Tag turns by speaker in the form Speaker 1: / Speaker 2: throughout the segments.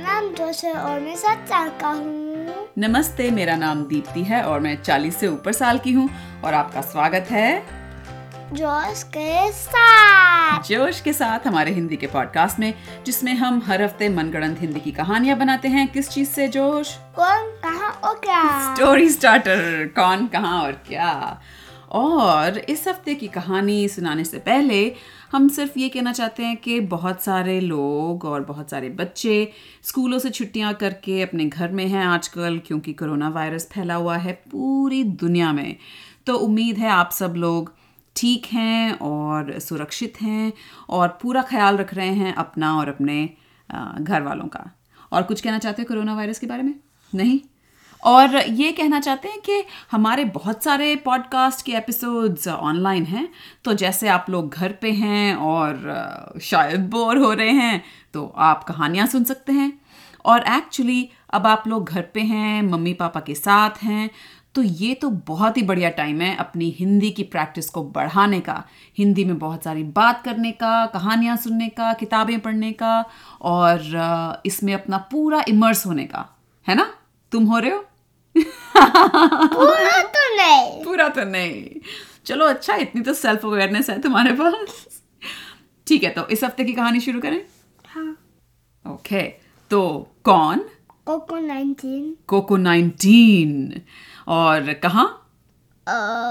Speaker 1: है और मैं सात साल का हूँ
Speaker 2: नमस्ते मेरा नाम दीप्ति है और मैं 40 से ऊपर साल की हूँ और आपका स्वागत है
Speaker 1: जोश के साथ
Speaker 2: जोश के साथ हमारे हिंदी के पॉडकास्ट में जिसमें हम हर हफ्ते मनगढ़ंत हिंदी की कहानियां बनाते हैं किस चीज से जोश
Speaker 1: कौन कहाँ और क्या
Speaker 2: स्टोरी स्टार्टर कौन कहाँ और क्या और इस हफ्ते की कहानी सुनाने से पहले हम सिर्फ ये कहना चाहते हैं कि बहुत सारे लोग और बहुत सारे बच्चे स्कूलों से छुट्टियां करके अपने घर में हैं आजकल क्योंकि कोरोना वायरस फैला हुआ है पूरी दुनिया में तो उम्मीद है आप सब लोग ठीक हैं और सुरक्षित हैं और पूरा ख्याल रख रहे हैं अपना और अपने अ, घर वालों का और कुछ कहना चाहते हैं कोरोना वायरस के बारे में नहीं और ये कहना चाहते हैं कि हमारे बहुत सारे पॉडकास्ट के एपिसोड्स ऑनलाइन हैं तो जैसे आप लोग घर पे हैं और अ, शायद बोर हो रहे हैं तो आप कहानियाँ सुन सकते हैं और एक्चुअली अब आप लोग घर पे हैं मम्मी पापा के साथ हैं तो ये तो बहुत ही बढ़िया टाइम है अपनी हिंदी की प्रैक्टिस को बढ़ाने का हिंदी में बहुत सारी बात करने का कहानियाँ सुनने का किताबें पढ़ने का और अ, इसमें अपना पूरा इमर्स होने का है ना तुम हो रहे हो
Speaker 1: पूरा तो नहीं
Speaker 2: पूरा तो नहीं चलो अच्छा इतनी तो सेल्फ अवेयरनेस है तुम्हारे पास ठीक है तो इस हफ्ते की कहानी शुरू करें
Speaker 1: हाँ
Speaker 2: ओके तो कौन
Speaker 1: कोको नाइनटीन
Speaker 2: कोको नाइनटीन और कहाँ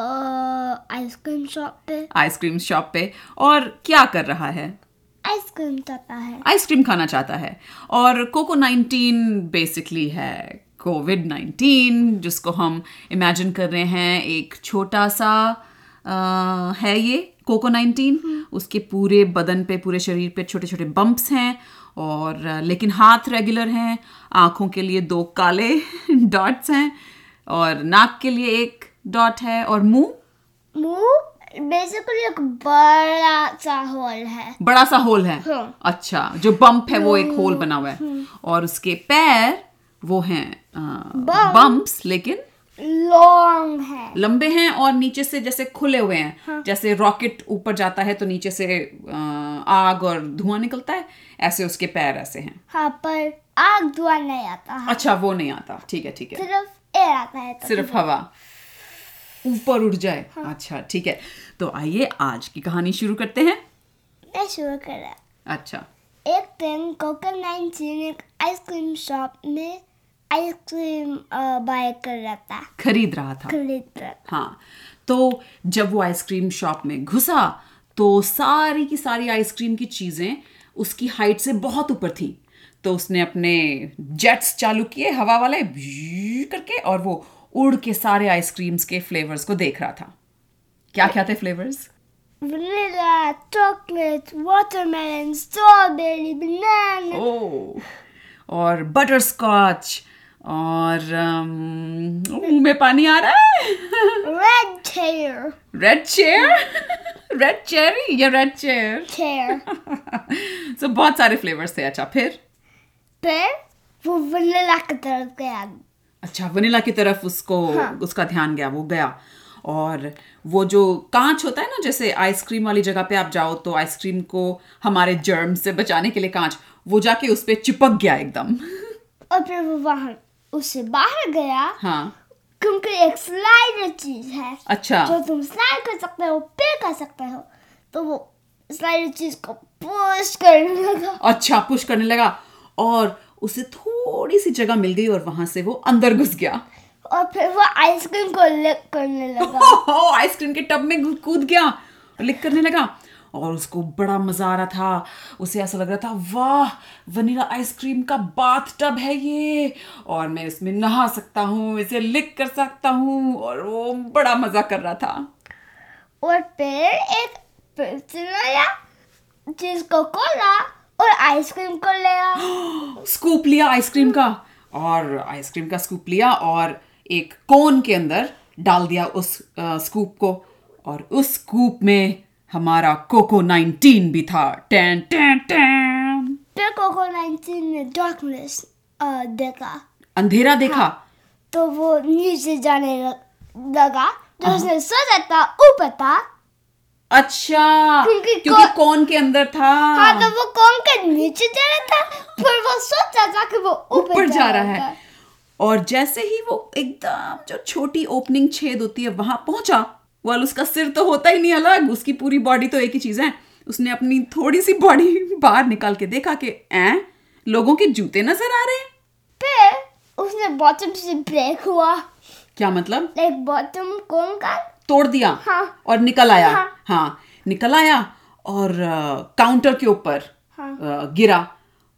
Speaker 1: आइसक्रीम शॉप पे
Speaker 2: आइसक्रीम शॉप पे और क्या कर रहा है
Speaker 1: आइसक्रीम खाता है
Speaker 2: आइसक्रीम खाना चाहता है और कोको नाइनटीन बेसिकली है कोविड नाइन्टीन जिसको हम इमेजिन कर रहे हैं एक छोटा सा अ, है ये कोको नाइनटीन उसके पूरे बदन पे पूरे शरीर पे छोटे छोटे बम्प्स हैं और अ, लेकिन हाथ रेगुलर हैं आँखों के लिए दो काले डॉट्स हैं और नाक के लिए एक डॉट है और मुंह
Speaker 1: मुंह बेसिकली एक बड़ा सा हॉल है
Speaker 2: बड़ा सा होल है
Speaker 1: हाँ।
Speaker 2: अच्छा जो बम्प है वो एक होल बना हुआ है और उसके पैर वो हैं बम्प्स लेकिन
Speaker 1: लॉन्ग है
Speaker 2: लंबे हैं और नीचे से जैसे खुले हुए हैं जैसे रॉकेट ऊपर जाता है तो नीचे से अ, आग और धुआं निकलता है ऐसे उसके पैर ऐसे हैं
Speaker 1: हाँ पर आग धुआं नहीं आता है
Speaker 2: अच्छा वो नहीं आता ठीक है ठीक है
Speaker 1: सिर्फ एयर आता है तो
Speaker 2: सिर्फ हवा ऊपर उड़ जाए अच्छा ठीक है तो आइए आज की कहानी शुरू करते हैं
Speaker 1: मैं शुरू कर रहा
Speaker 2: अच्छा
Speaker 1: एक दिन कोको नाइनटीन एक आइसक्रीम शॉप में आइसक्रीम बाय कर रहा था
Speaker 2: खरीद रहा था
Speaker 1: खरीद रहा
Speaker 2: हाँ तो जब वो आइसक्रीम शॉप में घुसा तो सारी की सारी आइसक्रीम की चीज़ें उसकी हाइट से बहुत ऊपर थी तो उसने अपने जेट्स चालू किए हवा वाले भ्यू करके और वो उड़ के सारे आइसक्रीम्स के फ्लेवर्स को देख रहा था क्या क्या थे flavours
Speaker 1: vanilla chocolate watermelon strawberry banana
Speaker 2: oh और बटर स्कॉच और अम, मुंह में पानी आ रहा है
Speaker 1: red chair
Speaker 2: red chair red cherry या रेड चेयर
Speaker 1: चेयर
Speaker 2: सो बहुत सारे फ्लेवर्स थे अच्छा फिर
Speaker 1: फिर वो वनीला की तरफ गया
Speaker 2: अच्छा वनीला की तरफ उसको उसका ध्यान गया वो गया और वो जो कांच होता है ना जैसे आइसक्रीम वाली जगह पे आप जाओ तो आइसक्रीम को हमारे जर्म से बचाने के लिए कांच वो जाके उस पे चिपक गया एकदम
Speaker 1: और फिर वो वहाँ उससे बाहर गया
Speaker 2: हाँ
Speaker 1: क्योंकि एक स्लाइडर चीज है
Speaker 2: अच्छा
Speaker 1: जो तुम स्लाइड कर सकते हो पे कर सकते हो तो वो स्लाइड चीज को पुश करने लगा
Speaker 2: अच्छा पुश करने लगा और उसे थोड़ी सी जगह मिल गई और वहां से वो अंदर घुस गया
Speaker 1: और फिर वो आइसक्रीम को लिक करने लगा
Speaker 2: ओहो, आइसक्रीम के टब में घु- कूद गया और लिक करने लगा और उसको बड़ा मजा आ रहा था उसे ऐसा लग रहा था वाह वनीला आइसक्रीम का बाथ टब है ये और मैं इसमें नहा सकता हूँ इसे लिक कर सकता हूँ और वो बड़ा मजा कर रहा था
Speaker 1: और फिर एक पर्सन आया जिसको खोला और आइसक्रीम को ले आया
Speaker 2: स्कूप लिया आइसक्रीम का और आइसक्रीम का स्कूप लिया और एक कोन के अंदर डाल दिया उस अ, स्कूप को और उस स्कूप में हमारा कोको नाइनटीन भी था टैन टैन टैन
Speaker 1: फिर कोको नाइनटीन ने डार्कनेस देखा
Speaker 2: अंधेरा
Speaker 1: हाँ।
Speaker 2: देखा
Speaker 1: तो वो नीचे जाने लग- लगा जो उसने सोचा था ऊपर था
Speaker 2: अच्छा
Speaker 1: क्योंकि
Speaker 2: क्योंकि
Speaker 1: कौ-
Speaker 2: कौन के अंदर था
Speaker 1: हाँ तो वो कौन के नीचे जा रहा था फिर वो सोचा था कि वो
Speaker 2: ऊपर जा रहा है और जैसे ही वो एकदम जो छोटी ओपनिंग छेद होती है वहां पहुंचा वाल उसका सिर तो होता ही नहीं अलग उसकी पूरी बॉडी तो एक ही चीज है उसने अपनी थोड़ी सी बॉडी बाहर निकाल के देखा कि ए लोगों के जूते नजर आ रहे हैं
Speaker 1: फिर उसने बॉटम से ब्रेक हुआ
Speaker 2: क्या मतलब
Speaker 1: लाइक बॉटम कौन का
Speaker 2: तोड़ दिया
Speaker 1: हाँ।
Speaker 2: और निकल आया
Speaker 1: हाँ।
Speaker 2: हाँ निकल आया और अ, काउंटर के ऊपर
Speaker 1: हाँ।
Speaker 2: अ, गिरा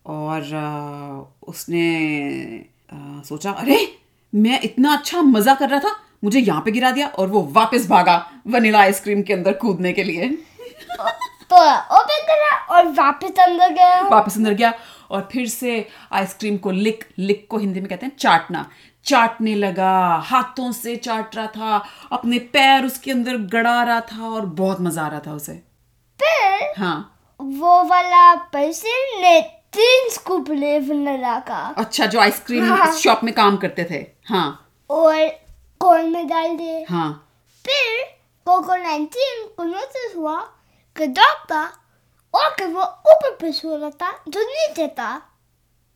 Speaker 2: और अ, उसने अ, सोचा अरे मैं इतना अच्छा मजा कर रहा था मुझे यहाँ पे गिरा दिया और वो वापस भागा वनीला आइसक्रीम के अंदर कूदने के लिए
Speaker 1: तो ओपन करा और वापस अंदर गया
Speaker 2: वापस अंदर गया और फिर से आइसक्रीम को लिक लिक को हिंदी में कहते हैं चाटना चाटने लगा हाथों से चाट रहा था अपने पैर उसके अंदर गड़ा रहा था और बहुत मजा आ रहा था उसे
Speaker 1: फिर
Speaker 2: हाँ
Speaker 1: वो वाला पर्सन ने तीन स्कूप ले वनीला का
Speaker 2: अच्छा जो आइसक्रीम
Speaker 1: हाँ।
Speaker 2: शॉप में काम करते थे हाँ
Speaker 1: और कॉर्न में डाल दिए
Speaker 2: हाँ
Speaker 1: फिर कोको 19 को नोटिस हुआ कि डॉग था और कि वो ऊपर पे सो रहा था जो नीचे था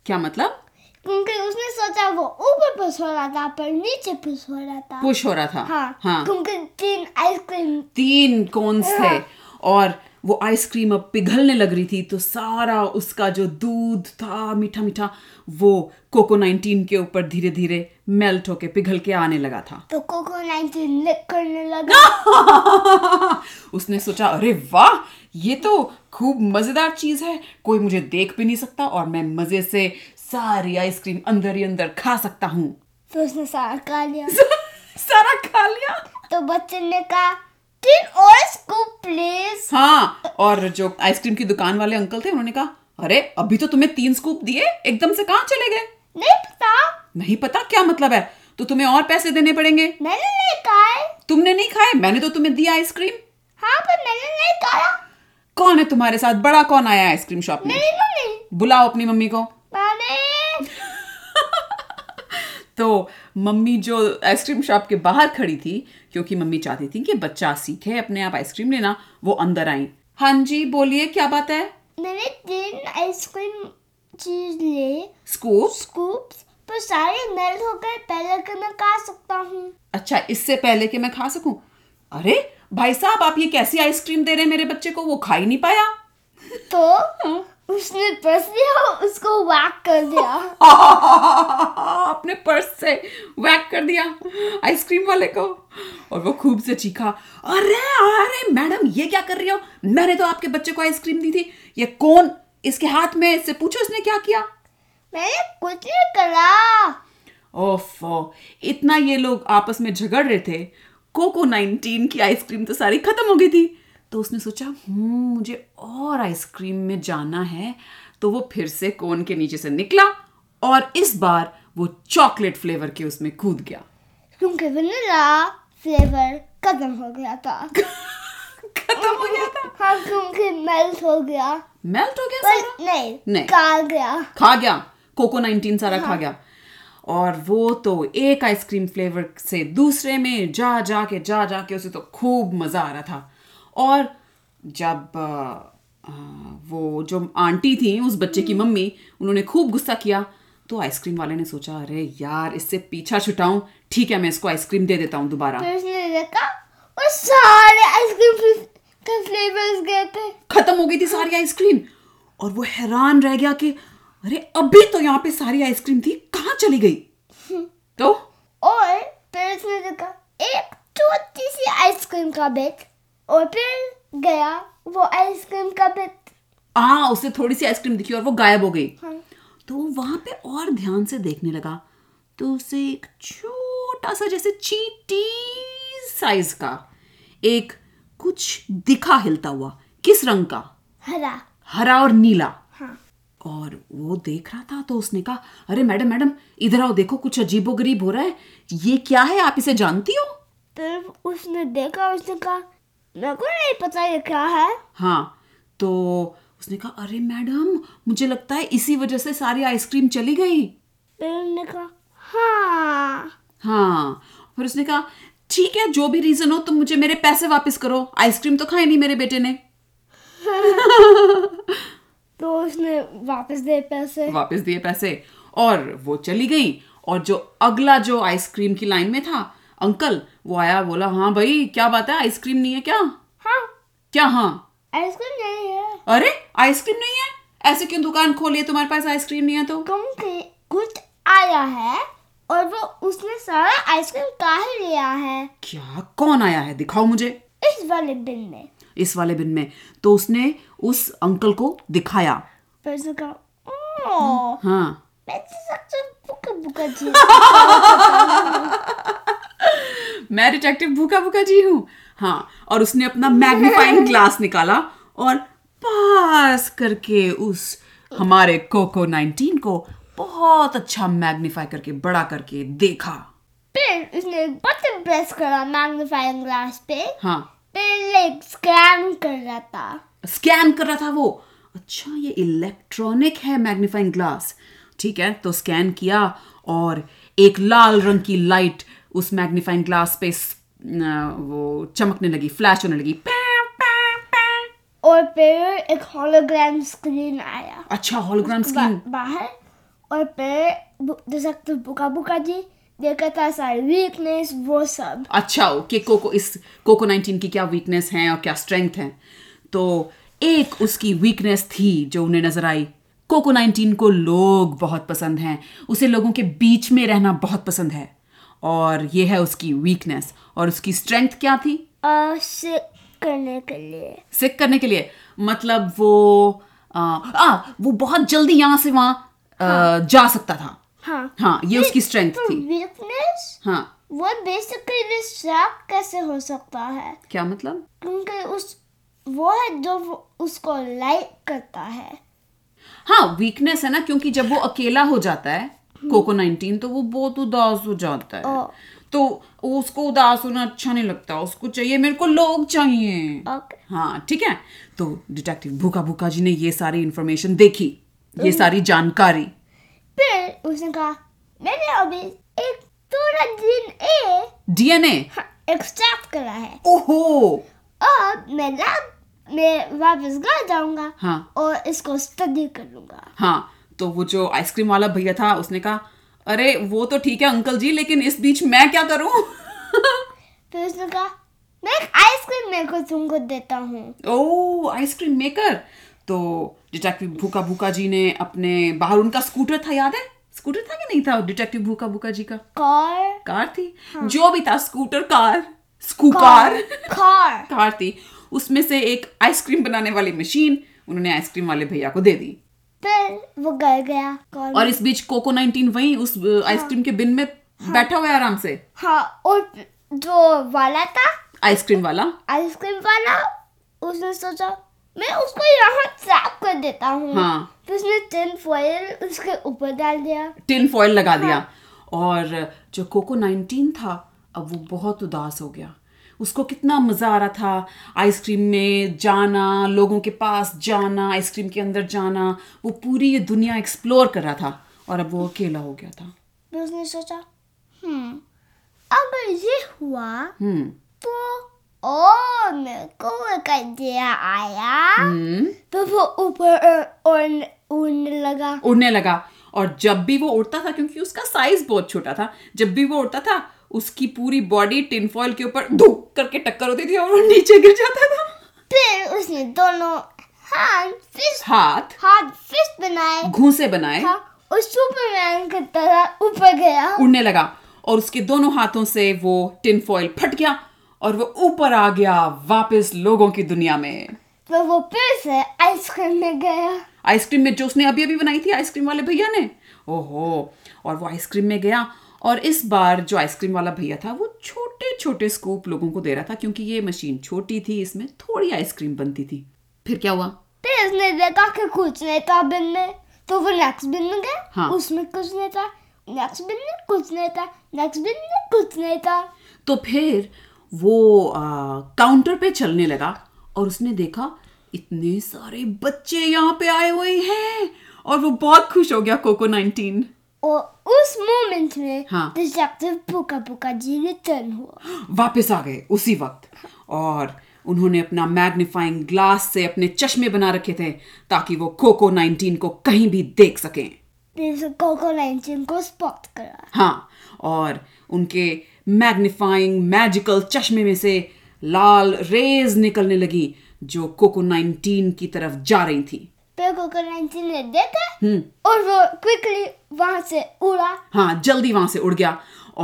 Speaker 2: क्या मतलब
Speaker 1: क्योंकि उसने सोचा वो ऊपर पे सो रहा था पर नीचे पे सो रहा था
Speaker 2: पुश हो रहा था
Speaker 1: हाँ, क्योंकि तीन आइसक्रीम
Speaker 2: तीन कोन्स थे
Speaker 1: हाँ।
Speaker 2: और वो आइसक्रीम अब पिघलने लग रही थी तो सारा उसका जो दूध था मीठा मीठा वो कोको 19 के ऊपर धीरे धीरे मेल्ट होके पिघल के आने लगा था
Speaker 1: तो कोको 19 लिक करने लगा
Speaker 2: उसने सोचा अरे वाह ये तो खूब मजेदार चीज है कोई मुझे देख भी नहीं सकता और मैं मजे से सारी आइसक्रीम अंदर ही अंदर खा सकता हूँ
Speaker 1: तो उसने सारा खा लिया
Speaker 2: सारा खा लिया
Speaker 1: तो बच्चे ने कहा तीन और स्कूप प्लीज
Speaker 2: हाँ और जो आइसक्रीम की दुकान वाले अंकल थे उन्होंने कहा अरे अभी तो तुम्हें तीन स्कूप दिए एकदम से कहाँ चले गए
Speaker 1: नहीं पता
Speaker 2: नहीं पता क्या मतलब है तो तुम्हें और पैसे देने पड़ेंगे
Speaker 1: मैंने नहीं खाए
Speaker 2: तुमने नहीं खाए मैंने तो तुम्हें दिया आइसक्रीम
Speaker 1: हाँ पर मैंने नहीं खाया
Speaker 2: कौन है तुम्हारे साथ बड़ा कौन आया है आइसक्रीम शॉप में
Speaker 1: मेरी मम्मी
Speaker 2: बुलाओ अपनी मम्मी को
Speaker 1: मैंने
Speaker 2: तो मम्मी जो आइसक्रीम शॉप के बाहर खड़ी थी क्योंकि मम्मी चाहती थी कि बच्चा सीखे अपने आप आइसक्रीम लेना वो अंदर आई हाँ जी बोलिए क्या बात है
Speaker 1: मैंने तीन आइसक्रीम चीज ले
Speaker 2: स्कूप
Speaker 1: स्कूप्स पर सारे मेल्ट हो गए पहले कि मैं खा सकता हूँ
Speaker 2: अच्छा इससे पहले कि मैं खा सकूं अरे भाई साहब आप ये कैसी आइसक्रीम दे रहे हैं मेरे बच्चे को वो खा ही नहीं पाया
Speaker 1: तो उसने पर्स लिया और उसको वाक कर दिया
Speaker 2: अपने पर्स से वैक कर दिया आइसक्रीम वाले को और वो खूब से चीखा अरे अरे मैडम ये क्या कर रही हो मैंने तो आपके बच्चे को आइसक्रीम दी थी ये कौन इसके हाथ में है? इससे पूछो इसने क्या किया
Speaker 1: मैंने कुछ नहीं करा
Speaker 2: ओफो इतना ये लोग आपस में झगड़ रहे थे कोको नाइनटीन की आइसक्रीम तो सारी खत्म हो गई थी तो उसने सोचा "हम्म, मुझे और आइसक्रीम में जाना है तो वो फिर से कोन के नीचे से निकला और इस बार वो चॉकलेट फ्लेवर के उसमें कूद गया
Speaker 1: क्योंकि वनीला फ्लेवर खत्म हो गया था
Speaker 2: खत्म हो गया था तो
Speaker 1: हाँ क्योंकि मेल्ट हो गया
Speaker 2: मेल्ट हो गया सारा
Speaker 1: पर नहीं,
Speaker 2: नहीं।
Speaker 1: खा गया
Speaker 2: खा गया कोको 19 सारा खा गया और वो तो एक आइसक्रीम फ्लेवर से दूसरे में जा जा के जा जा के उसे तो खूब मजा आ रहा था और जब अ, अ, वो जो आंटी थी उस बच्चे की मम्मी उन्होंने खूब गुस्सा किया तो आइसक्रीम वाले ने सोचा अरे यार इससे पीछा छुटाऊं ठीक है मैं इसको आइसक्रीम दे देता हूँ दोबारा
Speaker 1: फिर तो उसने देखा और सारे आइसक्रीम के फ्लेवर्स गए थे
Speaker 2: खत्म हो गई थी सारी आइसक्रीम और वो हैरान रह गया कि अरे अभी तो यहाँ पे सारी आइसक्रीम थी कहाँ चली गई तो
Speaker 1: और फिर उसने देखा एक छोटी सी आइसक्रीम का बिट और फिर गया वो आइसक्रीम का बिट
Speaker 2: हाँ उसे थोड़ी सी आइसक्रीम दिखी और वो गायब हो गई
Speaker 1: हाँ
Speaker 2: तो वो वहां पे और ध्यान से देखने लगा तो उसे एक छोटा सा जैसे चीटी साइज का एक कुछ दिखा हिलता हुआ किस रंग का
Speaker 1: हरा
Speaker 2: हरा और नीला
Speaker 1: हाँ
Speaker 2: और वो देख रहा था तो उसने कहा अरे मैडम मैडम इधर आओ देखो कुछ अजीबो गरीब हो रहा है ये क्या है आप इसे जानती हो
Speaker 1: फिर उसने देखा उसने कहा मेरे को नहीं पता ये क्या है
Speaker 2: हाँ तो उसने कहा अरे मैडम मुझे लगता है इसी वजह से सारी आइसक्रीम चली गई
Speaker 1: फिर उसने कहा हाँ
Speaker 2: हाँ फिर उसने कहा ठीक है जो भी रीजन हो तुम मुझे मेरे पैसे वापस करो आइसक्रीम तो खाई नहीं मेरे बेटे ने
Speaker 1: तो उसने वापस दे पैसे
Speaker 2: वापस दिए पैसे और वो चली गई और जो अगला जो आइसक्रीम की लाइन में था अंकल वो आया बोला हाँ भाई क्या बात है आइसक्रीम नहीं है क्या
Speaker 1: हाँ
Speaker 2: क्या हाँ
Speaker 1: आइसक्रीम नहीं है
Speaker 2: अरे आइसक्रीम नहीं है ऐसे क्यों दुकान खोली है तुम्हारे पास आइसक्रीम नहीं है तो
Speaker 1: कम के कुछ आया है और वो उसने सारा आइसक्रीम काहे लिया है
Speaker 2: क्या कौन आया है दिखाओ मुझे
Speaker 1: इस वाले बिन में
Speaker 2: इस वाले बिन में तो उसने उस अंकल को दिखाया
Speaker 1: पर उसने कहा ओ
Speaker 2: हाँ
Speaker 1: मैं तो सबसे बुका बुका जी
Speaker 2: मैं डिटेक्टिव भूखा भूखा जी हूँ हाँ और उसने अपना मैग्नीफाइंग ग्लास निकाला और पास करके उस हमारे कोको 19 को बहुत अच्छा मैग्नीफाई करके बड़ा करके देखा
Speaker 1: फिर उसने बटन प्रेस करा मैग्नीफाइंग ग्लास पे
Speaker 2: हाँ
Speaker 1: फिर लाइक स्कैन कर रहा था
Speaker 2: स्कैन कर रहा था वो अच्छा ये इलेक्ट्रॉनिक है मैग्नीफाइंग ग्लास ठीक है तो स्कैन किया और एक लाल रंग की लाइट उस मैग्नीफाइंग ग्लास पे स- न- वो चमकने लगी फ्लैश होने लगी पैं, पैं, पैं।
Speaker 1: और फिर एक होलोग्राम स्क्रीन आया
Speaker 2: अच्छा हॉलोग्राम स्क्रीन
Speaker 1: बा- बाहर और फिर बु- डिटेक्टिव बुका बुका जी देखा था सारी वीकनेस वो सब
Speaker 2: अच्छा हो कि कोको इस कोको 19 की क्या वीकनेस है और क्या स्ट्रेंथ है तो एक उसकी वीकनेस थी जो उन्हें नजर आई कोको 19 को लोग बहुत पसंद हैं उसे लोगों के बीच में रहना बहुत पसंद है और ये है उसकी वीकनेस और उसकी स्ट्रेंथ क्या थी
Speaker 1: और से करने के लिए
Speaker 2: सिक करने के लिए मतलब वो आ, आ वो बहुत जल्दी यहाँ से वहाँ आ, जा सकता था
Speaker 1: हाँ
Speaker 2: हाँ ये उसकी स्ट्रेंथ
Speaker 1: तो
Speaker 2: थी
Speaker 1: वीकनेस
Speaker 2: हाँ
Speaker 1: वो बेसिकली डिस्ट्रैक्ट कैसे हो सकता है
Speaker 2: क्या मतलब
Speaker 1: क्योंकि उस वो है जो वो- उसको लाइक करता है
Speaker 2: हाँ वीकनेस है ना क्योंकि जब वो अकेला हो जाता है कोको नाइनटीन तो वो बहुत उदास हो जाता है
Speaker 1: ओ।
Speaker 2: तो उसको उदास होना अच्छा नहीं लगता उसको चाहिए मेरे को लोग चाहिए
Speaker 1: ओके
Speaker 2: हाँ ठीक है तो डिटेक्टिव भूखा भूखा जी ने ये सारी इंफॉर्मेशन देखी ये सारी जानकारी
Speaker 1: फिर उसने कहा मैंने अभी एक पूरा दिन ए
Speaker 2: डीएनए
Speaker 1: एक्सट्रैक्ट करा है
Speaker 2: ओहो
Speaker 1: अब मैं लैब में वापस घर जाऊंगा
Speaker 2: हाँ।
Speaker 1: और इसको स्टडी करूंगा
Speaker 2: हाँ तो वो जो आइसक्रीम वाला भैया था उसने कहा अरे वो तो ठीक है अंकल जी लेकिन इस बीच मैं क्या करूं
Speaker 1: फिर उसने तो कहा मैं एक आइसक्रीम मेरे को तुमको देता हूँ
Speaker 2: ओ आइसक्रीम मेकर तो डिटेक्टिव भूखा भूखा जी ने अपने बाहर उनका स्कूटर था याद है स्कूटर था कि नहीं था डिटेक्टिव भूखा भूखा जी का
Speaker 1: कार
Speaker 2: कार थी जो भी था स्कूटर कार स्कूकार
Speaker 1: कार कार
Speaker 2: कार थी उसमें से एक आइसक्रीम बनाने वाली मशीन उन्होंने आइसक्रीम वाले भैया को दे दी
Speaker 1: फिर वो घर गया कार
Speaker 2: और इस बीच कोको नाइनटीन वहीं उस अ, आइसक्रीम के बिन में बैठा हुआ है आराम से
Speaker 1: हाँ और जो वाला था
Speaker 2: आइसक्रीम वाला
Speaker 1: आइसक्रीम वाला उसने सोचा मैं उसको यहाँ ट्रैप कर देता हूँ
Speaker 2: हाँ।
Speaker 1: फिर उसने टिन फॉयल उसके ऊपर डाल दिया
Speaker 2: टिन फॉयल लगा दिया और जो कोको नाइनटीन था अब वो बहुत उदास हो गया उसको कितना मज़ा आ रहा था आइसक्रीम में जाना लोगों के पास जाना आइसक्रीम के अंदर जाना वो पूरी ये दुनिया एक्सप्लोर कर रहा था और अब वो अकेला हो गया था
Speaker 1: फिर उसने सोचा हम्म अगर ये हुआ
Speaker 2: हम्म
Speaker 1: तो ओ मेरे को एक आइडिया आया
Speaker 2: हम्म
Speaker 1: तो वो ऊपर उड़ने उड़ने लगा
Speaker 2: उड़ने लगा और जब भी वो उड़ता था क्योंकि उसका साइज बहुत छोटा था जब भी वो उड़ता था उसकी पूरी बॉडी टिन फॉयल के ऊपर धूप करके टक्कर होती थी और वो नीचे गिर जाता था
Speaker 1: फिर उसने दोनों हाथ फिश
Speaker 2: हाथ
Speaker 1: हाथ फिश बनाए
Speaker 2: घूसे बनाए
Speaker 1: था और सुपरमैन की तरह ऊपर गया
Speaker 2: उड़ने लगा और उसके दोनों हाथों से वो टिन फॉयल फट गया और वो ऊपर आ गया वापस लोगों की दुनिया में
Speaker 1: तो वो फिर से आइसक्रीम में गया
Speaker 2: आइसक्रीम में जो उसने अभी अभी बनाई थी आइसक्रीम वाले भैया ने ओहो और वो आइसक्रीम में गया और इस बार जो आइसक्रीम वाला भैया था वो छोटे छोटे स्कूप लोगों को दे रहा था क्योंकि ये मशीन छोटी थी इसमें थोड़ी आइसक्रीम बनती थी फिर क्या हुआ
Speaker 1: फिर उसने देखा कि कुछ नहीं था बिन में तो वो नेक्स्ट बिन में गया
Speaker 2: हाँ।
Speaker 1: उसमें कुछ नहीं था नेक्स्ट बिन में कुछ नहीं था नेक्स्ट बिन में कुछ नहीं था
Speaker 2: तो फिर वो आ, काउंटर पे चलने लगा और उसने देखा इतने सारे बच्चे यहाँ पे आए हुए हैं और वो बहुत खुश हो गया कोको नाइनटीन
Speaker 1: और उस मोमेंट में
Speaker 2: हाँ।
Speaker 1: डिटेक्टिव पुका पुका जी रिटर्न हुआ
Speaker 2: वापस आ गए उसी वक्त और उन्होंने अपना मैग्नीफाइंग ग्लास से अपने चश्मे बना रखे थे ताकि वो कोको 19 को कहीं भी देख सकें
Speaker 1: फिर कोको नाइनटीन को स्पॉट करा
Speaker 2: हाँ और उनके मैग्नीफाइंग मैजिकल चश्मे में से लाल रेज निकलने लगी जो कोको 19 की तरफ जा रही थी
Speaker 1: फिर कोको नाइनटीन ने देखा और वो क्विकली वहां से उड़ा
Speaker 2: हाँ जल्दी वहां से उड़ गया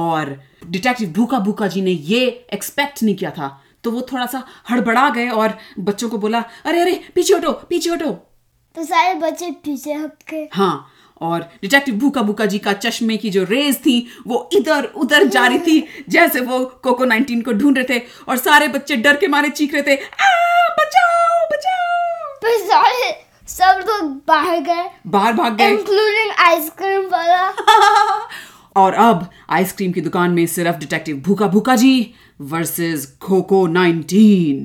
Speaker 2: और डिटेक्टिव भूखा भूखा जी ने ये एक्सपेक्ट नहीं किया था तो वो थोड़ा सा हड़बड़ा गए और बच्चों को बोला अरे अरे पीछे हटो पीछे हटो
Speaker 1: तो सारे बच्चे पीछे हट गए
Speaker 2: हाँ और डिटेक्टिव भूखा भूखा जी का चश्मे की जो रेज थी वो इधर उधर जा रही थी जैसे वो कोको 19 को ढूंढ रहे थे और सारे बच्चे डर के मारे चीख रहे थे "आ, बचाओ बचाओ
Speaker 1: फिर सारे सब लोग बाहर गए
Speaker 2: बाहर भाग गए
Speaker 1: इंक्लूडिंग आइसक्रीम वाला
Speaker 2: और अब आइसक्रीम की दुकान में सिर्फ डिटेक्टिव भूखा भूखा जी वर्सेस कोको 19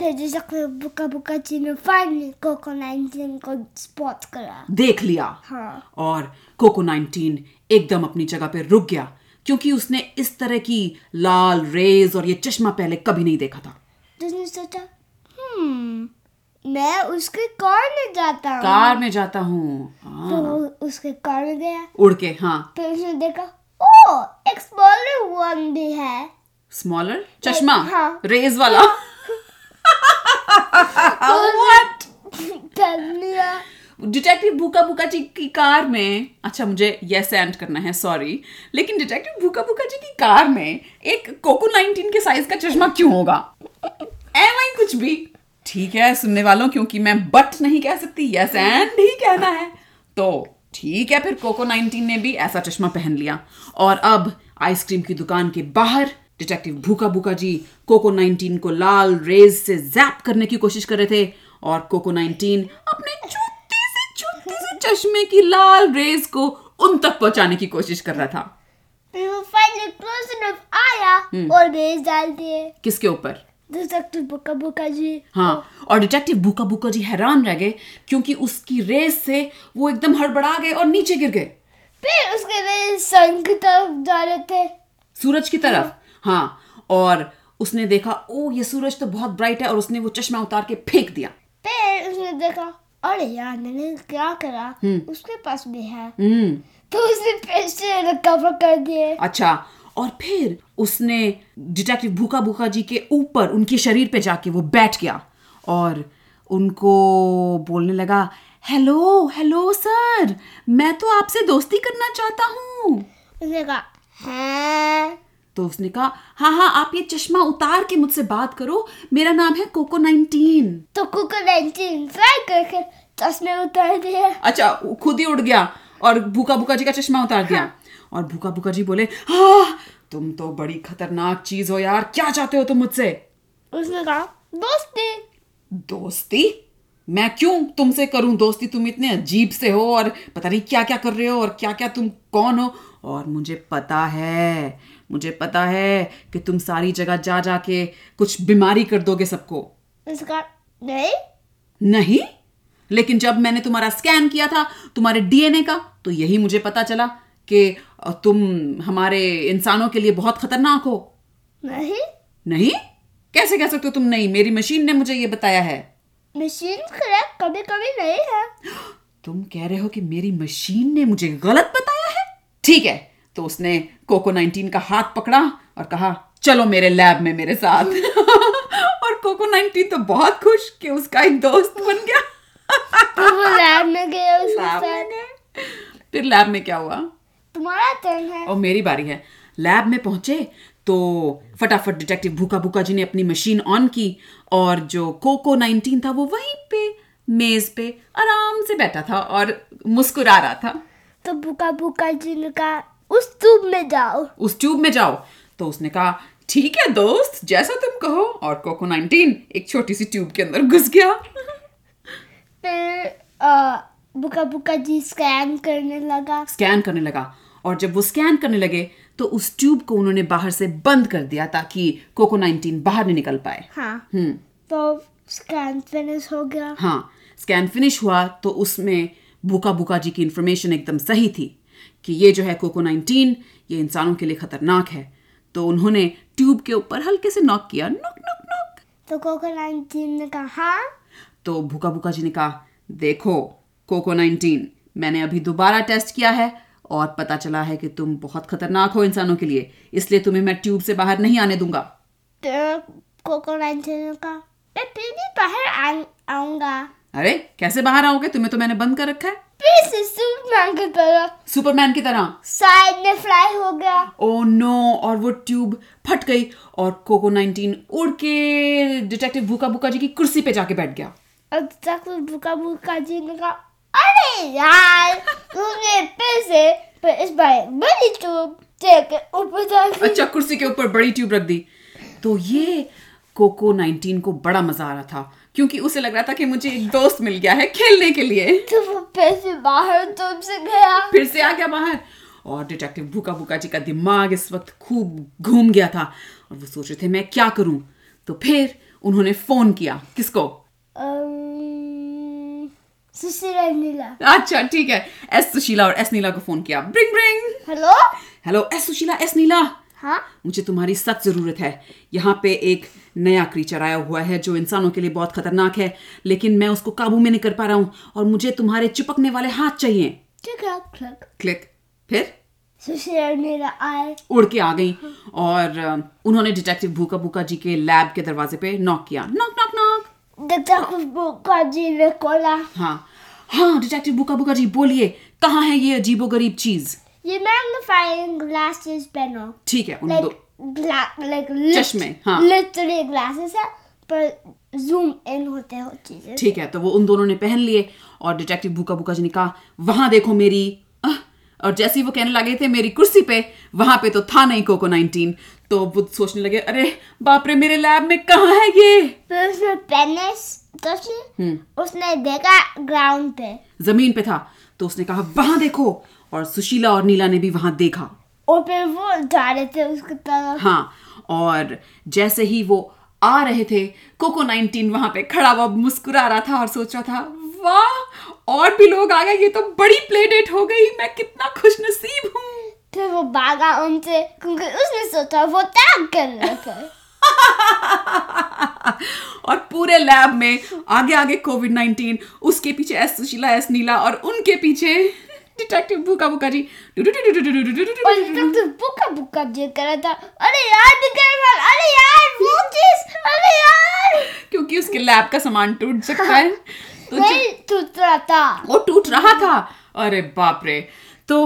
Speaker 1: फिर डिटेक्टिव पुका पुका जी ने फाइनली कोको नाइनटीन को स्पॉट करा
Speaker 2: देख लिया
Speaker 1: हाँ
Speaker 2: और कोको 19 एकदम अपनी जगह पर रुक गया क्योंकि उसने इस तरह की लाल रेज और ये चश्मा पहले कभी नहीं देखा था
Speaker 1: तो उसने सोचा हम्म मैं उसके कार में जाता हूँ
Speaker 2: कार में जाता हूँ हाँ।
Speaker 1: तो वो उसके कार में गया
Speaker 2: उड़ के हाँ
Speaker 1: फिर उसने देखा ओ एक स्मॉलर वन भी है
Speaker 2: स्मॉलर चश्मा
Speaker 1: हाँ।
Speaker 2: रेज वाला
Speaker 1: व्हाट कर लिया
Speaker 2: डिटेक्टिव भूखा भूखा जी की कार में अच्छा मुझे यस एंड करना है सॉरी लेकिन डिटेक्टिव भूखा भूखा जी की कार में एक कोको 19 के साइज का चश्मा क्यों होगा एम आई कुछ भी ठीक है सुनने वालों क्योंकि मैं बट नहीं कह सकती यस एंड ही कहना है तो ठीक है फिर कोको 19 ने भी ऐसा चश्मा पहन लिया और अब आइसक्रीम की दुकान के बाहर डिटेक्टिव भूखा भूखा जी कोको 19 को लाल रेज से जैप करने की कोशिश कर रहे थे और कोको 19 अपने छोटे से छोटे से चश्मे की लाल रेज को उन तक पहुंचाने की कोशिश कर रहा था
Speaker 1: फिर वो फाइनली क्लोज इनफ आया
Speaker 2: हम्म।
Speaker 1: और भेज डाल दिए
Speaker 2: किसके ऊपर
Speaker 1: डिटेक्टिव बुका बुका जी
Speaker 2: हाँ और डिटेक्टिव भूखा भूखा जी हैरान रह गए क्योंकि उसकी रेस से वो एकदम हड़बड़ा गए और नीचे गिर गए
Speaker 1: फिर उसके वे सन की तरफ जा रहे थे
Speaker 2: सूरज की तरफ हाँ और उसने देखा ओ ये सूरज तो बहुत ब्राइट है और उसने वो चश्मा उतार के फेंक दिया
Speaker 1: फिर उसने देखा अरे यार मैंने क्या करा उसके पास भी है
Speaker 2: हम्म
Speaker 1: तो उसने फिर से रिकवर कर दिए
Speaker 2: अच्छा और फिर उसने डिटेक्टिव भूखा भूखा जी के ऊपर उनके शरीर पे जाके वो बैठ गया और उनको बोलने लगा हेलो हेलो सर मैं तो आपसे दोस्ती करना चाहता हूँ
Speaker 1: उसने कहा हाँ
Speaker 2: तो उसने कहा हाँ हाँ आप ये चश्मा उतार के मुझसे बात करो मेरा नाम है कोको नाइनटीन
Speaker 1: तो कुकर नाइनटीन फ्राई करके चश्मे उतार दिए
Speaker 2: अच्छा खुद ही उड़ गया और भूखा भूखा जी का चश्मा उतार दिया और भूखा भूखा जी बोले हाँ तुम तो बड़ी खतरनाक चीज हो यार क्या चाहते हो तुम मुझसे
Speaker 1: उसने कहा दोस्ती
Speaker 2: दोस्ती मैं क्यों तुमसे करूं दोस्ती तुम इतने अजीब से हो और पता नहीं क्या क्या कर रहे हो और क्या क्या तुम कौन हो और मुझे पता है मुझे पता है कि तुम सारी जगह जा जाके कुछ बीमारी कर दोगे सबको
Speaker 1: उसने कहा नहीं
Speaker 2: नहीं लेकिन जब मैंने तुम्हारा स्कैन किया था तुम्हारे डीएनए का तो यही मुझे पता चला कि अ, तुम हमारे इंसानों के लिए बहुत खतरनाक हो
Speaker 1: नहीं
Speaker 2: नहीं कैसे कह सकते हो तुम नहीं मेरी मशीन ने मुझे ये बताया है
Speaker 1: मशीन खराब कभी कभी नहीं है
Speaker 2: तुम कह रहे हो कि मेरी मशीन ने मुझे गलत बताया है ठीक है तो उसने कोको 19 का हाथ पकड़ा और कहा चलो मेरे लैब में मेरे साथ और कोको 19 तो बहुत खुश कि उसका एक दोस्त बन गया
Speaker 1: तो वो लैब में गया उसके
Speaker 2: लैब में
Speaker 1: साथ
Speaker 2: फिर लैब में क्या हुआ
Speaker 1: तुम्हारा टर्न है
Speaker 2: और मेरी बारी है लैब में पहुंचे तो फटाफट डिटेक्टिव भूखा भूखा जी ने अपनी मशीन ऑन की और जो कोको नाइनटीन था वो वहीं पे मेज पे आराम से बैठा था और मुस्कुरा रहा था
Speaker 1: तो बुका बुका जी ने कहा उस ट्यूब में जाओ
Speaker 2: उस ट्यूब में जाओ तो उसने कहा ठीक है दोस्त जैसा तुम कहो और कोको नाइनटीन एक छोटी सी ट्यूब के अंदर घुस गया
Speaker 1: फिर अ, बुका बुका जी स्कैन करने लगा
Speaker 2: स्कैन करने लगा और जब वो स्कैन करने लगे तो उस ट्यूब को उन्होंने बाहर से बंद कर दिया ताकि कोको नाइनटीन बाहर नहीं निकल पाए
Speaker 1: हाँ
Speaker 2: हम्म
Speaker 1: तो स्कैन फिनिश हो गया
Speaker 2: हाँ स्कैन फिनिश हुआ तो उसमें भूखा भूखा जी की इंफॉर्मेशन एकदम सही थी कि ये जो है कोको नाइन्टीन ये इंसानों के लिए खतरनाक है तो उन्होंने ट्यूब के ऊपर हल्के से नॉक किया नॉक नॉक नॉक
Speaker 1: तो कोको नाइनटीन ने कहा हाँ
Speaker 2: तो भूखा भूखा जी ने कहा देखो कोको नाइन्टीन मैंने अभी दोबारा टेस्ट किया है और पता चला है कि तुम बहुत खतरनाक हो इंसानों के लिए इसलिए तुम्हें मैं ट्यूब से बाहर नहीं आने दूंगा
Speaker 1: तो कोको नाइनटीन ने कहा मैं फिर भी बाहर आ- आऊंगा
Speaker 2: अरे कैसे बाहर आओगे तुम्हें तो मैंने बंद कर रखा है
Speaker 1: फिर से सुपरमैन की तरह
Speaker 2: सुपरमैन की तरह
Speaker 1: साइड में फ्राई हो गया
Speaker 2: ओ नो Oh और वो ट्यूब फट गई और कोको नाइनटीन उड़ के डिटेक्टिव भूखा भूखा जी की कुर्सी पे जाके बैठ गया
Speaker 1: अब तक भूखा भूखा जी ने कहा अरे यार तुमने फिर से पर इस बार बड़ी चूप के ऊपर डाल
Speaker 2: अच्छा कुर्सी के ऊपर बड़ी ट्यूब रख दी तो ये कोको नाइनटीन को बड़ा मजा आ रहा था क्योंकि उसे लग रहा था कि मुझे एक दोस्त मिल गया है खेलने के लिए
Speaker 1: तो वो फिर से बाहर तुमसे गया
Speaker 2: फिर से आ गया बाहर और डिटेक्टिव भूखा भूखा जी का दिमाग इस वक्त खूब घूम गया था और वो सोच रहे थे मैं क्या करूं तो फिर उन्होंने फोन किया किसको
Speaker 1: अम्म, सुशीला और नीला
Speaker 2: अच्छा ठीक है एस सुशीला और एस नीला को फोन किया bring bring
Speaker 1: hello
Speaker 2: hello S Sushila S Neela
Speaker 1: हाँ
Speaker 2: मुझे तुम्हारी सख्त ज़रूरत है यहाँ पे एक नया क्रीचर आया हुआ है जो इंसानों के लिए बहुत खतरनाक है लेकिन मैं उसको काबू में नहीं कर पा रहा हूँ और मुझे तुम्हारे चिपकने वाले हाथ चाहिए
Speaker 1: ठीक है ठीक
Speaker 2: क्लिक फिर
Speaker 1: सुशीला और नीला आए
Speaker 2: उड़ के आ गई और अ, उन्होंने डिटेक्टिव भूखा भूखा जी के लैब के दरवाजे पे नॉक किया knock knock knock
Speaker 1: doctor Bhukha ji ने खोला
Speaker 2: हाँ हाँ डिटेक्टिव भूखा भूखा जी बोलिए कहाँ है ये अजीबोगरीब चीज
Speaker 1: ये मैग्नीफाइंग ग्लासेस पहनो
Speaker 2: ठीक है उन दो
Speaker 1: like gla- like
Speaker 2: चश्मे,
Speaker 1: lit-
Speaker 2: हाँ।
Speaker 1: literally glasses है पर zoom in होते हो चीजें
Speaker 2: ठीक है तो वो उन दोनों ने पहन लिए और डिटेक्टिव भूखा भूखा जी ने कहा वहां देखो मेरी आह! और जैसे ही वो कहने लगे थे मेरी कुर्सी पे वहां पे तो था नहीं कोको नाइनटीन तो वो सोचने लगे अरे बाप रे मेरे लैब में कहाँ है ये
Speaker 1: फिर उसने पहने चश्मे उसने देखा ग्राउंड पे
Speaker 2: जमीन पे था तो उसने कहा वहां देखो और सुशीला और नीला ने भी वहां देखा
Speaker 1: और फिर वो जा रहे थे उसकी तरफ
Speaker 2: हाँ और जैसे ही वो आ रहे थे कोको नाइनटीन वहां पे खड़ा हुआ मुस्कुरा रहा था और सोच रहा था वाह और भी लोग आ गए ये तो बड़ी प्ले डेट हो गई मैं कितना खुश नसीब हूँ
Speaker 1: फिर वो भागा उनसे क्योंकि उसने सोचा वो टैग कर रहे थे
Speaker 2: और पूरे लैब में आगे आगे कोविड नाइन्टीन उसके पीछे एस सुशीला एस नीला और उनके पीछे डिटेक्टिव भूखा भूखा जी
Speaker 1: और डॉक्टर बुका बुका जी कर रहा था अरे यार निकल मत, अरे यार वो चीज अरे यार
Speaker 2: क्योंकि उसके लैब का सामान टूट सकता है तो जो-
Speaker 1: वही टूट रहा था
Speaker 2: वो टूट रहा था अरे बाप रे तो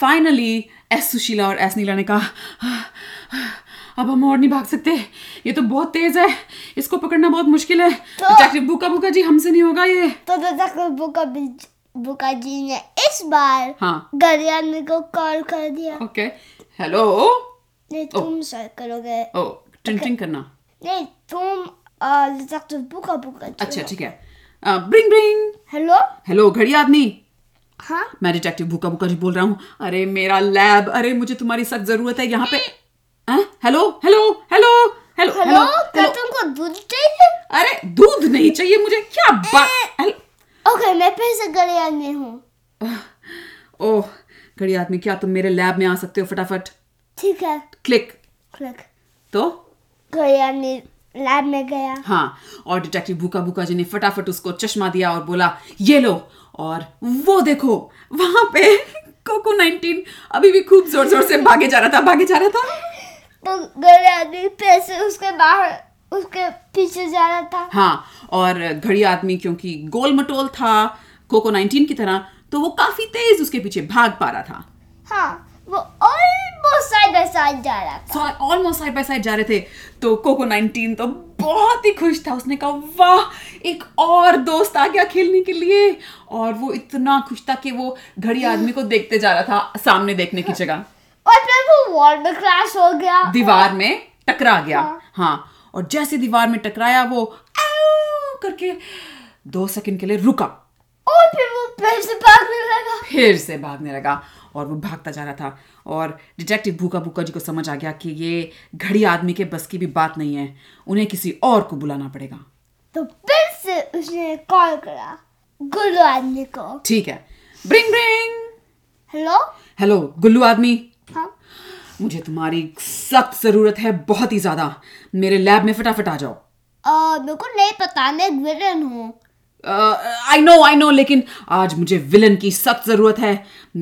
Speaker 2: फाइनली एस सुशीला और एस नीला ने कहा "आह, आह, अब हम और नहीं भाग सकते ये तो बहुत तेज है इसको पकड़ना बहुत मुश्किल है
Speaker 1: तो-
Speaker 2: डिटेक्टिव भूखा भूखा जी हमसे नहीं होगा ये
Speaker 1: तो तक बुका बिज- बुका जी ने इस बार
Speaker 2: हाँ।
Speaker 1: गरियाने को कॉल कर दिया
Speaker 2: ओके हेलो
Speaker 1: नहीं तुम सर करोगे
Speaker 2: ओ टिंटिंग करना
Speaker 1: नहीं तुम अ, तक तो बुका बुका जी
Speaker 2: अच्छा ठीक है ब्रिंग ब्रिंग
Speaker 1: हेलो
Speaker 2: हेलो घड़ी आदमी
Speaker 1: हाँ
Speaker 2: मैं डिटेक्टिव भूखा भूखा जी बोल रहा हूँ अरे मेरा लैब अरे मुझे तुम्हारी सख्त जरूरत है यहाँ पे हाँ? Hello hello hello hello
Speaker 1: hello क्या तुमको दूध चाहिए
Speaker 2: अरे दूध नहीं चाहिए मुझे क्या बात हेल-
Speaker 1: ओके मैं फिर से गरियाने हूँ
Speaker 2: ओह घड़ी आदमी क्या तुम मेरे लैब में आ सकते हो फटाफट
Speaker 1: ठीक है
Speaker 2: क्लिक
Speaker 1: क्लिक
Speaker 2: तो
Speaker 1: गरियाने लैब में गया
Speaker 2: हाँ और डिटेक्टिव भूखा भूखा जी ने फटाफट उसको चश्मा दिया और बोला ये लो और वो देखो वहां पे कोको नाइनटीन अभी भी खूब जोर जोर से भागे जा रहा था भागे जा रहा था
Speaker 1: तो गरियाने फिर से उसके बाहर उसके पीछे जा रहा था
Speaker 2: हाँ और घड़ी आदमी क्योंकि गोल मटोल था कोको नाइनटीन की तरह तो वो काफी तेज उसके पीछे भाग पा रहा था
Speaker 1: हाँ वो ऑलमोस्ट साइड बाय साइड जा रहा था
Speaker 2: ऑलमोस्ट साइड बाय साइड जा रहे थे तो कोको नाइनटीन तो बहुत ही खुश था उसने कहा वाह एक और दोस्त आ गया खेलने के लिए और वो इतना खुश था कि वो घड़ी आदमी को देखते जा रहा था सामने देखने की जगह
Speaker 1: और फिर वो वॉल में क्रैश हो गया
Speaker 2: दीवार में टकरा गया
Speaker 1: हाँ।
Speaker 2: हाँ और जैसे दीवार में टकराया वो "आऊ" करके दो सेकंड के लिए रुका
Speaker 1: और फिर वो फिर से भागने लगा
Speaker 2: फिर से भागने लगा और वो भागता जा रहा था और डिटेक्टिव भूखा भूखा जी को समझ आ गया कि ये घड़ी आदमी के बस की भी बात नहीं है उन्हें किसी और को बुलाना पड़ेगा
Speaker 1: तो फिर से उसने कॉल करा गुरु आदमी को
Speaker 2: ठीक है ब्रिंग ब्रिंग
Speaker 1: हेलो
Speaker 2: हेलो गुल्लू आदमी
Speaker 1: हाँ
Speaker 2: मुझे तुम्हारी सख्त जरूरत है बहुत ही ज्यादा मेरे लैब में फटाफट आ जाओ
Speaker 1: आ, मेरे को नहीं पता मैं एक विलन हूँ
Speaker 2: आई नो आई नो लेकिन आज मुझे विलन की सख्त जरूरत है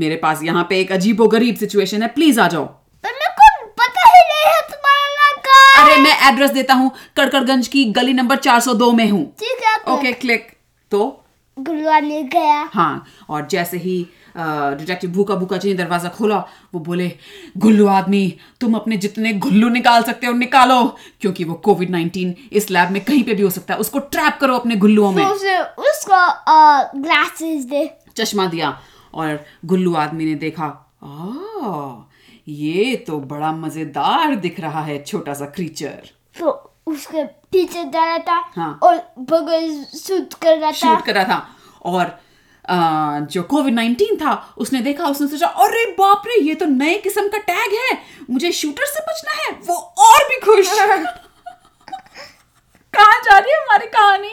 Speaker 2: मेरे पास यहाँ पे एक अजीबो गरीब सिचुएशन है प्लीज आ जाओ
Speaker 1: पर मेरे को पता ही नहीं है तुम्हारा नाम का
Speaker 2: अरे मैं एड्रेस देता हूँ कड़कड़गंज की गली नंबर 402 में हूँ
Speaker 1: ठीक है
Speaker 2: ओके क्लिक तो
Speaker 1: गुरुआ ने गया
Speaker 2: हाँ और जैसे ही डिटेक्टिव भूखा भूखा जी ने दरवाजा खोला वो बोले गुल्लू आदमी तुम अपने जितने गुल्लू निकाल सकते हो निकालो क्योंकि वो कोविड 19 इस लैब में कहीं पे भी हो सकता है उसको ट्रैप करो अपने गुल्लुओं में
Speaker 1: तो उसे उसको ग्लासेस दे
Speaker 2: चश्मा दिया और गुल्लू आदमी ने देखा आ ये तो बड़ा मजेदार दिख रहा है छोटा सा क्रीचर
Speaker 1: तो उसके पीछे जा रहा था
Speaker 2: हाँ।
Speaker 1: और बगल शूट कर रहा था
Speaker 2: शूट करा था और अ, जो कोविड 19 था उसने देखा उसने सोचा अरे बाप रे ये तो नए किस्म का टैग है मुझे शूटर से बचना है वो और भी खुश कहाँ जा रही है हमारी कहानी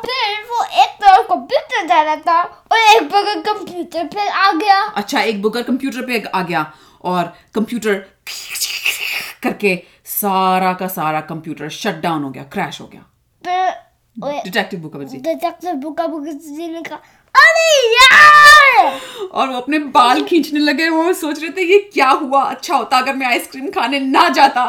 Speaker 1: फिर वो एक तरफ कंप्यूटर जा रहा था और एक बगल कंप्यूटर फिर आ गया
Speaker 2: अच्छा एक बुकर कंप्यूटर पे आ गया और कंप्यूटर करके सारा का सारा कंप्यूटर शट डाउन हो गया क्रैश हो गया
Speaker 1: फिर
Speaker 2: डिटेक्टिव बुकर जी
Speaker 1: डिटेक्टिव बुका बुका जी ने कहा अरे यार
Speaker 2: और वो अपने बाल खींचने लगे वो सोच रहे थे ये क्या हुआ अच्छा होता अगर मैं आइसक्रीम खाने ना जाता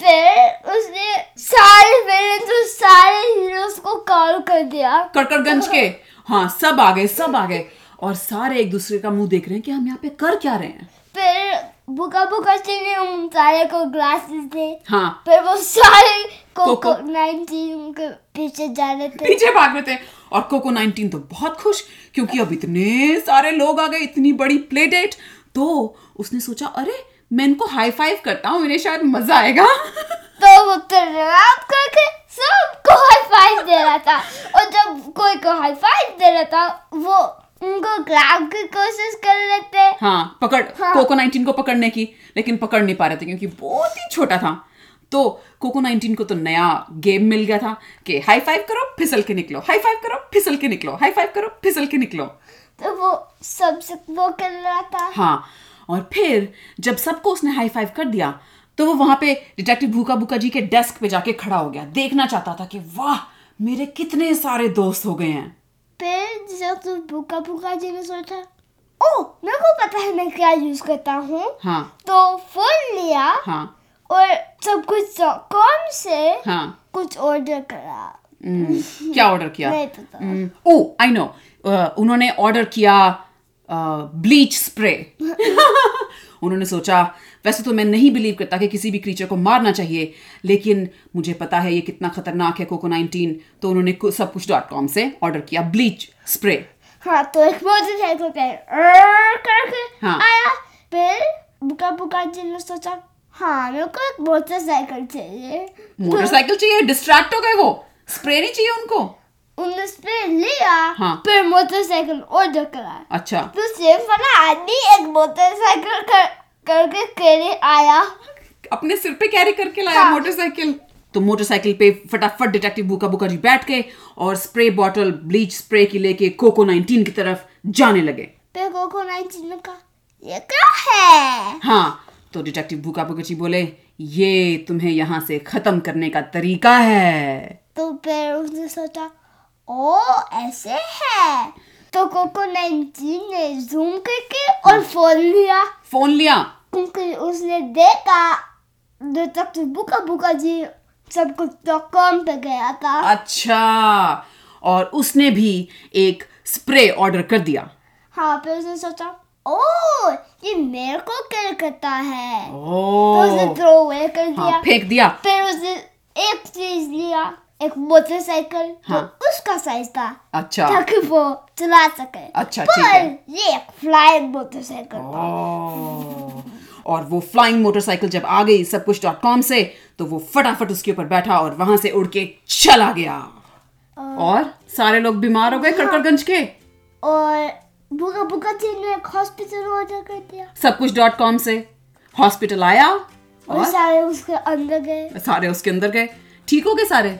Speaker 1: फिर उसने सारे विलन तो सारे हीरोज को कॉल कर दिया
Speaker 2: कड़कड़गंज के हाँ सब आ गए सब आ गए और सारे एक दूसरे का मुंह देख रहे हैं कि हम यहाँ पे कर क्या रहे हैं
Speaker 1: फिर बुका बुका जी ने उन सारे को ग्लासेस दे
Speaker 2: हाँ
Speaker 1: फिर वो सारे को
Speaker 2: कोको-
Speaker 1: नाइनटीन के पीछे जा रहे थे
Speaker 2: पीछे भाग रहे थे और कोको 19 तो बहुत खुश क्योंकि अब इतने सारे लोग आ गए इतनी बड़ी प्ले डेट तो उसने सोचा अरे मैं इनको हाई फाइव करता हूँ इन्हें शायद मजा आएगा
Speaker 1: तो वो तैनात करके सबको हाई फाइव दे रहा था और जब कोई को हाई फाइव दे रहा था वो उनको ग्राब की कोशिश कर रहे थे
Speaker 2: हाँ पकड़
Speaker 1: हाँ।
Speaker 2: कोको 19 को पकड़ने की लेकिन पकड़ नहीं पा रहे थे क्योंकि बहुत ही छोटा था तो कोको 19 को तो नया गेम मिल गया था कि हाई फाइव करो फिसल के निकलो हाई फाइव करो फिसल के निकलो हाई फाइव करो फिसल के निकलो
Speaker 1: तो वो सबसे वो कर रहा था
Speaker 2: हाँ और फिर जब सबको उसने हाई फाइव कर दिया तो वो वहां पे डिटेक्टिव भूखा भूखा जी के डेस्क पे जाके खड़ा हो गया देखना चाहता था कि वाह मेरे कितने सारे दोस्त हो गए हैं
Speaker 1: फिर जब तो भूखा भूखा जी ने सोचा ओ मेरे को पता है मैं क्या यूज करता हूँ
Speaker 2: हाँ
Speaker 1: तो फोन लिया
Speaker 2: हाँ
Speaker 1: और सब कुछ कौन से
Speaker 2: हाँ
Speaker 1: कुछ ऑर्डर करा
Speaker 2: हम्म, क्या ऑर्डर किया
Speaker 1: नहीं पता
Speaker 2: ओ आई नो Uh, उन्होंने ऑर्डर किया ब्लीच स्प्रे उन्होंने सोचा वैसे तो मैं नहीं बिलीव करता कि किसी भी क्रीचर को मारना चाहिए लेकिन मुझे पता है ये कितना खतरनाक है कोको 19 तो उन्होंने कु- सब कुछ डॉट कॉम से ऑर्डर किया ब्लीच स्प्रे
Speaker 1: हाँ तो एक मोटरसाइकिल पे "अर्र" करके
Speaker 2: हाँ।
Speaker 1: आया फिर बुका बुका जी ने सोचा हाँ मेरे को एक मोटरसाइकिल चाहिए
Speaker 2: मोटरसाइकिल चाहिए डिस्ट्रैक्ट हो गए वो स्प्रे नहीं चाहिए उनको
Speaker 1: उन्होंने स्प्रे लिया
Speaker 2: हाँ।
Speaker 1: फिर मोटरसाइकिल ऑर्डर करा
Speaker 2: अच्छा
Speaker 1: तो सेम वाला आदमी एक मोटरसाइकिल कर करके केरे आया
Speaker 2: अपने सिर पे कैरी करके लाया
Speaker 1: हाँ।
Speaker 2: मोटरसाइकिल तो मोटरसाइकिल पे फटाफट डिटेक्टिव बूका बूका जी बैठ गए और स्प्रे बॉटल ब्लीच स्प्रे की लेके कोको 19 की तरफ जाने लगे
Speaker 1: फिर कोको नाइनटीन ने कहा ये क्या है
Speaker 2: हाँ तो डिटेक्टिव बूका बूका जी बोले ये तुम्हें यहाँ से खत्म करने का तरीका है
Speaker 1: तो फिर उसने सोचा ओ ऐसे है तो कोको नाइनटीन ने जूम करके और फोन लिया
Speaker 2: फोन लिया
Speaker 1: क्योंकि उसने देखा जो तक तो बुका बुका जी सब कुछ डॉट कॉम पे गया था
Speaker 2: अच्छा और उसने भी एक स्प्रे ऑर्डर कर दिया
Speaker 1: हाँ फिर उसने सोचा ओ ये मेरे को क्या करता है तो उसने
Speaker 2: ओ
Speaker 1: थ्रो अवे कर दिया
Speaker 2: हाँ फेंक दिया
Speaker 1: फिर उसने एक चीज लिया एक मोटरसाइकिल
Speaker 2: हाँ।
Speaker 1: तो उसका साइज था
Speaker 2: अच्छा
Speaker 1: ताकि वो चला सके
Speaker 2: अच्छा,
Speaker 1: पर
Speaker 2: ठीक है।
Speaker 1: ये एक फ्लाइंग मोटरसाइकिल था
Speaker 2: ओह। Oh. और वो फ्लाइंग मोटरसाइकिल जब आ गई सब कुछ डॉट कॉम से तो वो फटाफट उसके ऊपर बैठा और वहां से उड़ के चला गया और सारे लोग बीमार हो गए कड़कड़गंज के
Speaker 1: और बुका बुका जी ने एक हॉस्पिटल ऑर्डर कर दिया
Speaker 2: सब कुछ डॉट कॉम से हॉस्पिटल आया
Speaker 1: और
Speaker 2: और
Speaker 1: सारे उसके अंदर गए
Speaker 2: सारे उसके अंदर गए ठीक हो गए सारे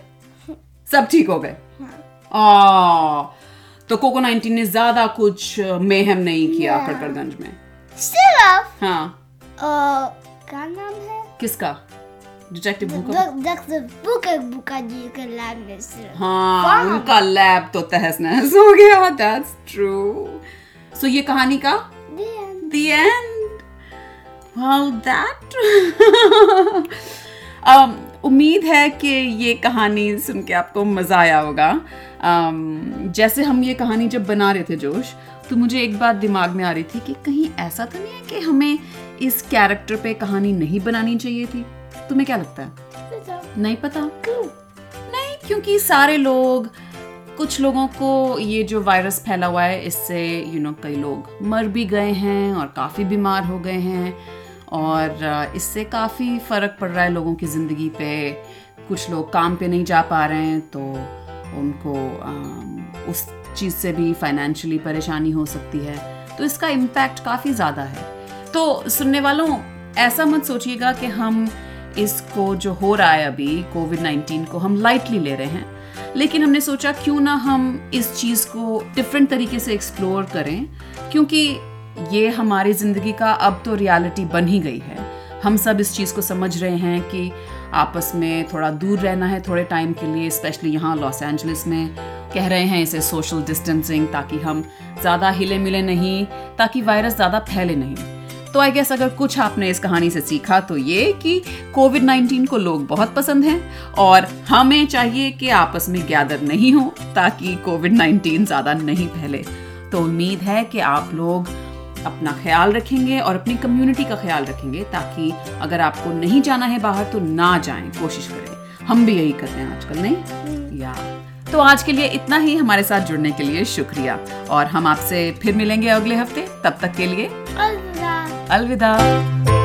Speaker 2: सब ठीक हो गए
Speaker 1: हाँ।
Speaker 2: आ, तो कोको 19 ने ज्यादा कुछ मेहम नहीं किया कड़कड़गंज में
Speaker 1: सिर्फ
Speaker 2: हाँ
Speaker 1: अ, क्या नाम है
Speaker 2: किसका डिटेक्टिव भूखा
Speaker 1: डॉक्टर बुकर बुका जी का नाम है सिर्फ
Speaker 2: हाँ
Speaker 1: Wow.
Speaker 2: उनका लैब तो तहस नहस हो गया दैट्स ट्रू सो ये कहानी का
Speaker 1: The end.
Speaker 2: the end. Well, that. um, उम्मीद है कि ये कहानी सुन के आपको मज़ा आया होगा um, जैसे हम ये कहानी जब बना रहे थे जोश तो मुझे एक बात दिमाग में आ रही थी कि कहीं ऐसा तो नहीं है कि हमें इस कैरेक्टर पे कहानी नहीं बनानी चाहिए थी तुम्हें क्या लगता है
Speaker 1: बताओ,
Speaker 2: नहीं पता
Speaker 1: क्यों?
Speaker 2: नहीं क्योंकि सारे लोग कुछ लोगों को ये जो वायरस फैला हुआ है इससे यू you नो know, कई लोग मर भी गए हैं और काफ़ी बीमार हो गए हैं और अ, इससे काफ़ी फ़र्क पड़ रहा है लोगों की ज़िंदगी पे कुछ लोग काम पे नहीं जा पा रहे हैं तो उनको अम, उस चीज़ से भी फाइनेंशियली परेशानी हो सकती है तो इसका इम्पैक्ट काफ़ी ज़्यादा है तो सुनने वालों ऐसा मत सोचिएगा कि हम इसको जो हो रहा है अभी कोविड 19 को हम लाइटली ले रहे हैं लेकिन हमने सोचा क्यों ना हम इस चीज़ को डिफरेंट तरीके से एक्सप्लोर करें क्योंकि ये हमारी ज़िंदगी का अब तो रियलिटी बन ही गई है हम सब इस चीज़ को समझ रहे हैं कि आपस में थोड़ा दूर रहना है थोड़े टाइम के लिए स्पेशली यहाँ लॉस एंजलिस में कह रहे हैं इसे सोशल डिस्टेंसिंग ताकि हम ज़्यादा हिले मिले नहीं ताकि वायरस ज़्यादा फैले नहीं तो आई गेस अगर कुछ आपने इस कहानी से सीखा तो ये कि कोविड 19 को लोग बहुत पसंद हैं और हमें चाहिए कि आपस में गैदर नहीं हो ताकि कोविड 19 ज़्यादा नहीं फैले तो उम्मीद है कि आप लोग अपना ख्याल रखेंगे और अपनी कम्युनिटी का ख्याल रखेंगे ताकि अगर आपको नहीं जाना है बाहर तो ना जाएं कोशिश करें हम भी यही कर रहे हैं आजकल नहीं या तो आज के लिए इतना ही हमारे साथ जुड़ने के लिए शुक्रिया और हम आपसे फिर मिलेंगे अगले हफ्ते तब तक के लिए
Speaker 1: अलविदा
Speaker 2: अलविदा